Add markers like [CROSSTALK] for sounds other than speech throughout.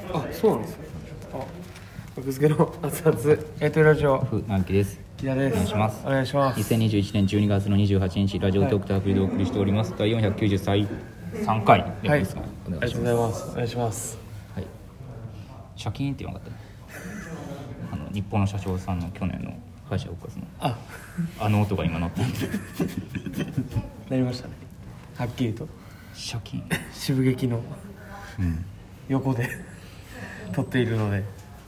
あそうなんですねあ格付けの熱々えっとラジオふ南紀です木田ですお願いしますお願いします2021年12月の28日ラジオトークターアプリでお送りしております、第490歳3回ではいありすか、お願がいしとうまございますすお願いしますはいシャキーンって言わなかったあの日本の社長さんの去年の会社復活のああの音が今鳴ったんでなりましたねはっきりとシャキーン渋劇のうん横で [LAUGHS] 撮っているので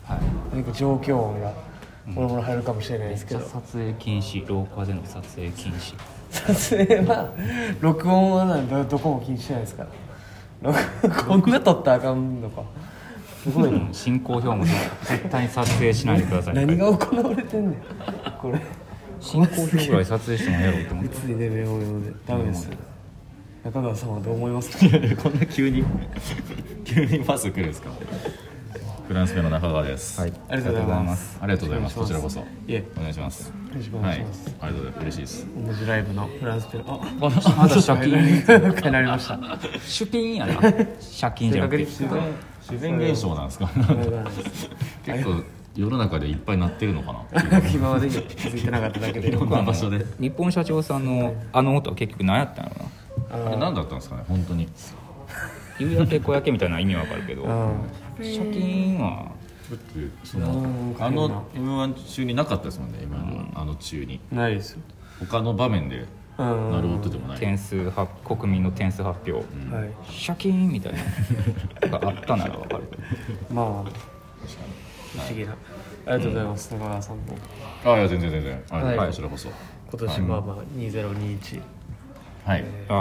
はいなんか状況音がもろもろ入るかもしれないですけじゃどあ撮影禁止廊下での撮影禁止撮影は録音はなんどどこも気にしてないですから録音が撮ったらあかんのかすごいなうん進行表も絶対に撮影しないでくださ [LAUGHS] い何が行われてんねんこれ進行表ぐらい撮影してもやろうと思っいてつにね目を読んでダメですうん中川さんはどう思いますかいやいや [LAUGHS] こんな急に急にパス来るんですかフランス名の中川です。はいありがとうございますありがとうございます。おこち願らいしこますそ。いえお願いします。よろしくおは願いい。しあります、がとうございます。嬉しいです。同じライブのフランスペラあまだシャキーン変えられま [LAUGHS] したシュピーンやなシャキーンじゃなくて自然自然現象なんですか。結構世の中でいっぱいなってるのかなっていう。今までに気づいてなかっただけでいろんな場所で。日本社長さんのあの音は結局何やったんやろなああれ何だったんですかね。本当に。夕焼け小焼けみたいな意味わかるけどうんシャキーンはだってそうんのあの M1 中になかったですもんね。今のあの中にないですよ他の場面でうんなる音でもない。点数発国民の点数発表はいシャキーンみたいなのがあったならわかるけどまあ不思議なありがとうございます中川さんもあいや全然全然。はい。はいこちらこそ。今年まあまあ2021はい。ああ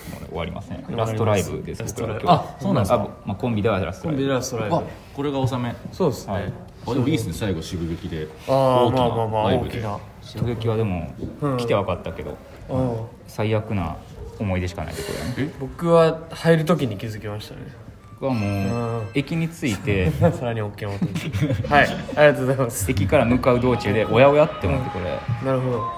もうね終わりますねラストライブですラスト僕ライブら今日あそうなんですかあまあコンビではラストコラインビブラストライブあこれが納め。そうですね、はいあでもいいですね。最後渋劇でああ大きまあまあまなあライ大ブきで。な衝撃はでもうん来て分かったけど、うん最悪な思い出しかないところだね僕は入る時に気づきましたね [LAUGHS] 僕はもううん駅に着いて [LAUGHS] さらに大きな音にはいありがとうございます駅から向かう道中でおやおやって思ってこれなるほど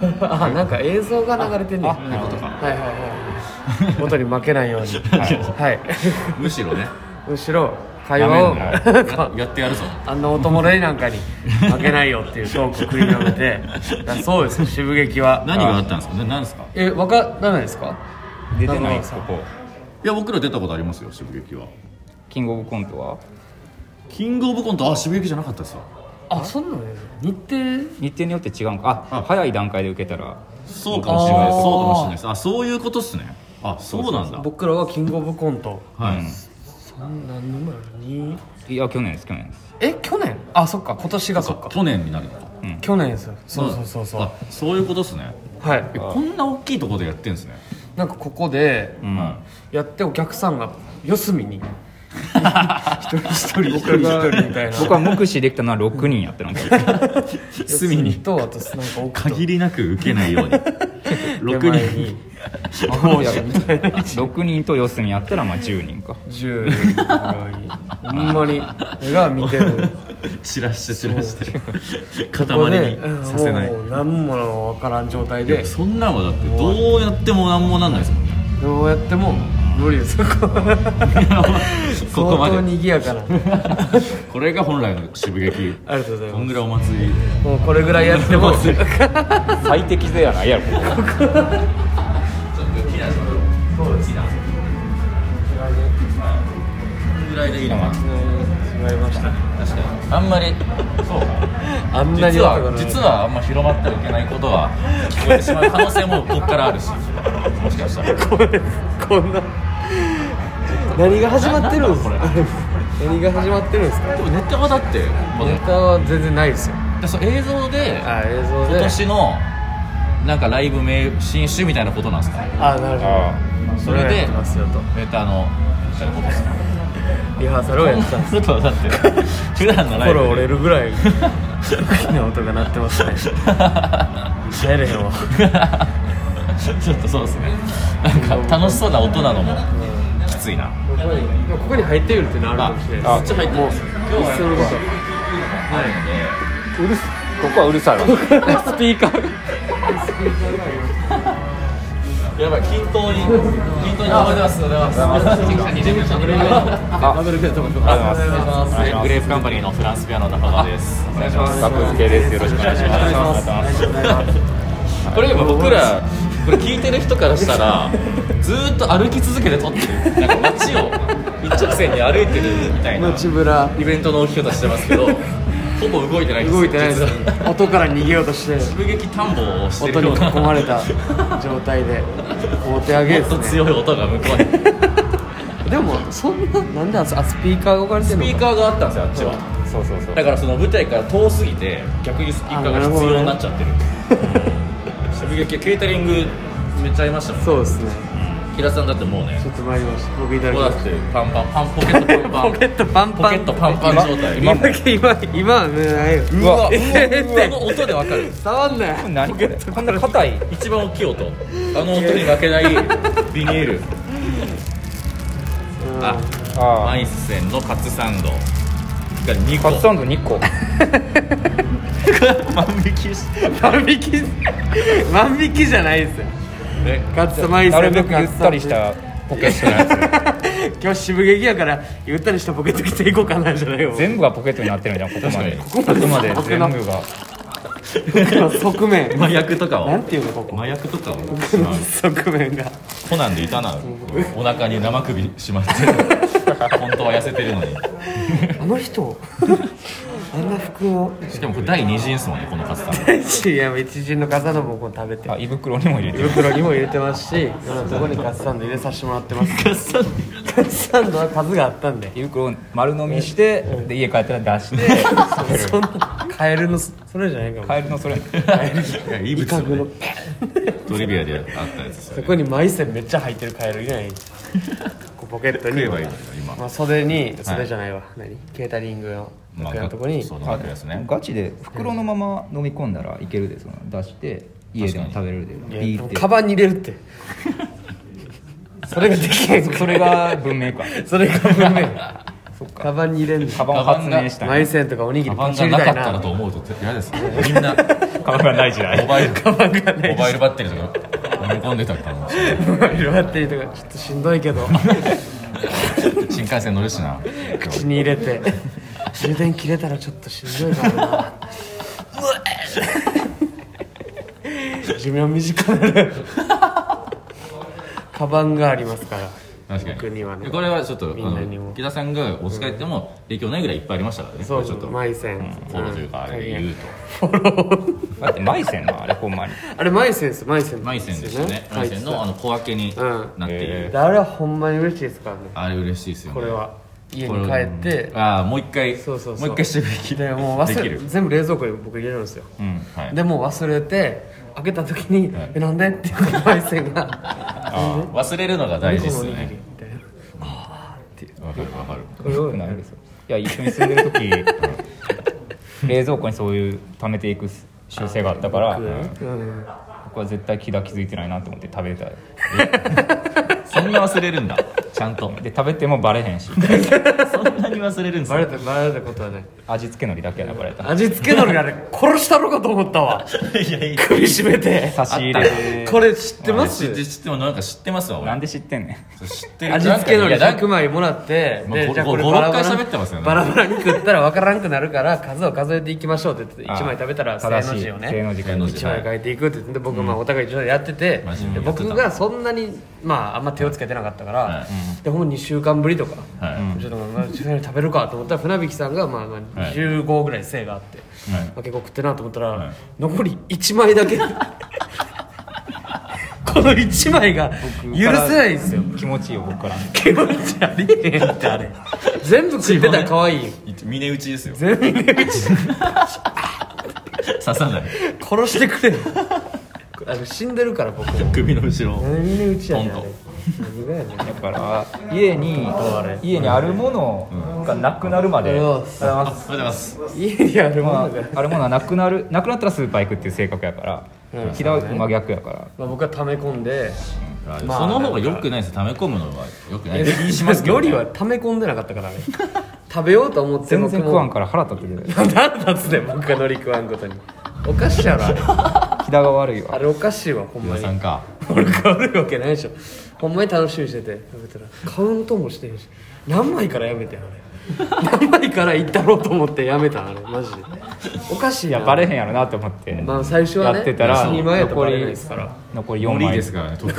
[LAUGHS] うんあなんか映像が流れてんねんはいってことかはいはい音に負けないようにはい [LAUGHS] むしろね。むしろ会話をやややってやるぞ [LAUGHS] あんなお友達なんかに負けないよっていうトークを繰り広げてだからそうです渋劇は何があったんですかね何ですかえわからないですか出てない中こ川こいや僕ら出たことありますよ渋劇はキングオブコントはキングオブコントあ渋劇じゃなかったですよあそんなのね日程日程によって違うんかああ早い段階で受けたらそうかもしれないあーそうかもしれないですあそういうことっすねあそうなんだ僕らはキングオブコントはい、そん何年前にいや去年です去年ですえ去年あそっか今年がそっか去年になるのか去年ですよそうそうそうそうあそういうことっすねはいえこんな大きいところでやってんですねなんかここでうんはやってお客さんが四隅 [LAUGHS] に一人一人一人一人みたいな僕は目視できたのは6人やってなんか四隅にとあとなんか奥と限りなく受けな [LAUGHS] いように手6前人に [LAUGHS] 王子みたいな6人と四隅やったらまあ10人か10人ぐらいほんまに俺が見てる散らして散らしてここ [LAUGHS] 塊でにさせないもう何も分からん状態ででそんなんはだってどうやっても何もなんないですもんねどうやっても無理 [LAUGHS] ですここここま相当でにぎやかなこれが本来の渋劇ありがとうございこまんぐらいお祭りすもうこれぐらいやって [LAUGHS] も [LAUGHS] 最適ではないやろそうですね。ぐらいでいいのかな違いましたね。確かにあんまりそうあんなに実は音が実はあんま広まってはいけないことは聞こえてしまう可能性もこっからあるしもしかしたらこれ [LAUGHS] こんな何が始まってるんですかな。何が始まってるんですか。でもネタはだってまネタは全然ないですよ。だでその映像であ映像今で。年のなんかライブ名新種みたいなことなんですかねあなるほど。それをやっでてますよとネタのみたいなことですかリハーサルをやってたんです。ちょっとだって普段のライ心ブで折れるぐ [LAUGHS] らい大きな音が鳴ってますね。やれへんわ。ちょっとそうですねなんか楽しそうな音なのもきついなここにここに入ってくるってのあるかもしれないです。っち入ってます一緒のこと。うるここはうるさいわスピーカーが。やばい均等に均当に頑張りますお願いしますダブルベッドもお願いしますお願いしますグレープカンパニーのフランスピアノ中川ですお願いします格付けですよろしくお願いしますお願いしま [LAUGHS] すこれ今僕らこれ聞いてる人からしたらずーっと歩き続けて撮ってるなんか街を一直線に歩いてるみたいな内村イベントの起き方してますけどほぼ動いてないんですよ動いてないです実は音から逃げようとして急激探訪をして音るによ囲うなまれた状態でお手上げもでっすとね強い音が向こうにでもそんななんであそあスピーカーが置かれてスるのピーかカーがあったんですよあっちはそうそうそうだからその舞台から遠すぎて逆にスピーカーが必要になっちゃってる [LAUGHS] 衝撃ケータリングめっちゃありましたもんそうですね平田さんだってもうねちょっと参りました僕いただきこうだまっしてパンパンパンポケッたトパンパンポケットパンパンポケットパンパン状態今今今今はねないようわえーってこの音でわかる伝わんない何これこんな硬い一番大きい音あの音に負けないビニールああアイスセンのカツサンドが2個カツサンド2個万引きし万引き万引きじゃないですよねガッツマイなセるンべのくゆったりしたポケットのやつ今日渋劇やからゆったりしたポケット着ていこうかなじゃないよ全部がポケットになってるじゃんここまで確ここまこでこまで全部が側面麻薬とかなんはていうのここ麻薬とかは側面がコナンでいたなお腹に生首 [LAUGHS] しまって本当は痩せてるのにあの人あんな服をしかもこれ第二陣ですもんねこのカツサンド大臣や一陣の方のもこう食べてあ胃袋にも入れ胃てる袋にも入れてますしいろんなとこにカツサンド入れさせてもらってますカツサンドは数があったんで胃袋を丸飲みしてで家帰ったら出してそんなカエルのそれじゃないかもカエルのそれいやいい威物よ嚇のねトリビアであったやつですよそねこにマイセンめっちゃ入ってるカエルいないこうポケット食にえばいいのよ今まあ、袖に袖じゃないわ、何ケータリングのまあ楽屋のとこにそうだです [LAUGHS] ねガチで袋のまま飲み込んだらいけるでその出して家でも食べれるでいビやーってカバンに入れるってそれができへんそれが文明かそれがごめんそっかカバンに入れんのカバンを発明したんマやイセンとかおにぎカりバぶンちが入れたなかいったらなと思うと嫌ですねみんなカバンがない時代 [LAUGHS] モバイルカバンがないモバイルバッテリーとか飲み込んでたかもしれないモバイルバッテリーとかちょっとしんどいけど新幹線乗るしな今日口に入れて充電切れたらちょっとしんどいかもな寿命短くなるカバンがありますから確かに僕にはねこれはちょっとあみんなにもの木田さんがお使い行っても影響ないぐらいいっぱいありましたからねそこうれちそょっとうフォマイセンローというかあれで言うと [LAUGHS] だってマイセンなあれほんまに [LAUGHS] あれマイセンですマイセンマイセンですよねマ入イってセたンのあの小分けになっていうんへるであれはほんまに嬉しいですからねあれ嬉しいですよねこれは家に帰ってああもう一回そうそうそうもう一回してみきでもうで忘きれる全部冷蔵庫に僕入れるんですよ、うんはいでもう忘れて開けた時に「えなんで?」って言うマイセンがあー忘れるのが「大事でこのすおによぎり」ねみたいなわかるわかるこれをなるですよいや一緒に住んでる時冷蔵庫にそういう溜めていく習性があったからうん僕は絶対気が気づいてないなと思って食べたいそんな忘れるんだちゃんとで食べてもバレへんしそんなに忘れるんですバレよたバレたことはない味付け海苔だけやなバレた味付けのりがあれ殺したろかと思ったわいやいや首絞めて差し入れこれ知ってま知すって知ってもなんか知ってますわなん俺で知ってんねんそう知ってる味付けのりなんか100枚もらってまあでごじゃあこれごバラバラごろっかい喋ってますよねバラバラに食ったら分からんくなるから数を数えていきましょうって言ってあ1枚食べたら正正のしい字をね正の字正の字一枚書いていくって言ってで僕まあお互い一緒にやってて、真面目でにやってた僕がそんなにまああんま手をつけてなかったから、はいでほんま2週間ぶりとか、はいちょっとまあ一緒に食べるかと思ったら船引さんがまあまあはい15ぐらい背があって、はいまあ、結構食ってなと思ったら、はい残り1枚だ [LAUGHS] けこの1枚が許せないんですよ気持ちいいよ僕から気持ちありえへんってあれ全部食ってたら可愛いよ峰打ちですよ全部入ち刺さない殺してくれよあの死んでるから僕首の後ろ全部打ちやねんあほんれと何がやねんだから家に家にあるものがなくなるまで、うんああおはようございます家にあるもまのが、あ、あるものはなくなるなくなったらスーパー行くっていう性格やからうん木田は真逆やからまあ、僕は溜め込んでそまあの方が良くないです溜め込むのは良くないですします料理は溜め込んでなかったからね食べようと思って全然食わんかから腹立ってくる [LAUGHS] 何立つねん僕が海苔食わんことにおかしいやろあれ木田が悪いわあれおかしいわほん木ま田にさんか俺変わるわけないでしょほんまに楽しみにしてて食べたらカウントもしてるし何枚からやめてんあれ何枚からいったろうと思ってやめたんあれマジでおかしいややんバレへんやろなと思って、まあ最初はねやってたら一人前やとバ残レないりですから残り4無理枚ですからね特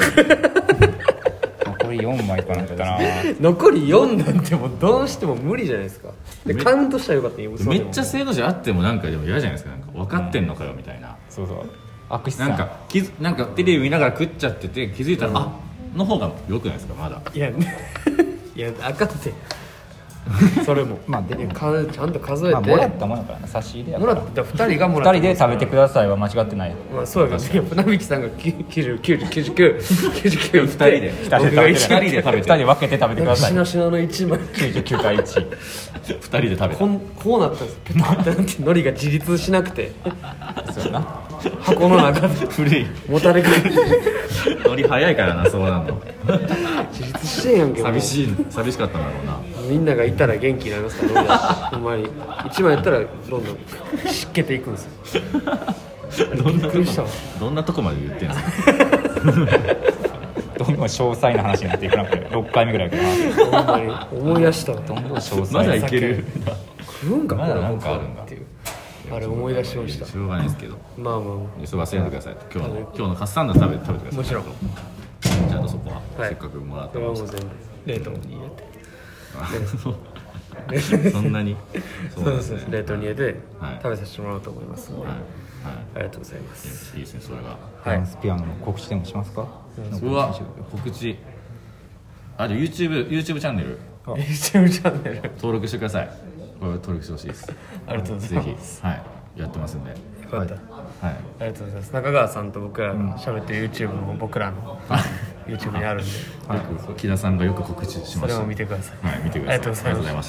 に残り4枚かなったな残り4なんてもうどうしても無理じゃないですかでカウントしたらよかったよ嘘めでもっちゃ制度じゃあってもなんかでも嫌じゃないですかなんか分かってんのかよみたいな、そうそう悪質さなんか気づなんかテレビ見ながら食っちゃってて気づいたら、あの方が良くないですかまだいやいやあかんてそれも [LAUGHS] まあでもいやかちゃんと数えて、まあ、もらったものやからな差し入れやかもららった2人がもら2った人で食べてくださいは間違ってないまあそうやけどね船引さんが9099999僕が一番2人で食べて二人で二人で食べて2人分けて食べてくださしいなしなの1枚99対1 2人で食べこたんこうなったんですペタってなって海苔が自立しなくてそうやな箱の中で古いもたれかけて乗り早いからなそうなの自立してんやんけもう寂しい寂しかったんだろうなみんながいたら元気になりますから海苔だしほんまに1枚やったらどんどん湿気ていくんですよどんびなとっくりしたこどんなとこまで言ってんすかどんどん詳細な話になっていくなこれ6回目ぐらいかなほんまに思い出したわどんどん詳細まだいける食うんかまこだれなんかあるんだっていうあれ思い出しましたしょうがないですけどまあまあまそれ忘れないでください今日の今日のカスタンダ食べ食べてくだあさもいちろんちゃんとそこは、はいせっかくもらっこたれもは [LAUGHS] のもう全部冷凍に入れてそんなにそうですね冷凍に入れてはい食べさせてもらおうと思いますので、はいありがとうございますはいいいですねそれがはいスピアノの告知でもしますかうわ告知あじゃあ YouTube, YouTube チャンネル YouTube チャンネル登録してくださいこれ登録してほしいですありがとう [LAUGHS] ございぜますひはいやってますんでよかった、はいありがとうございます中川さんと僕らが喋ってる YouTube も僕らの YouTube にあるんでよく木田さんがよく告知しそまれしたも見てくださいはい見てくださいありがとうございます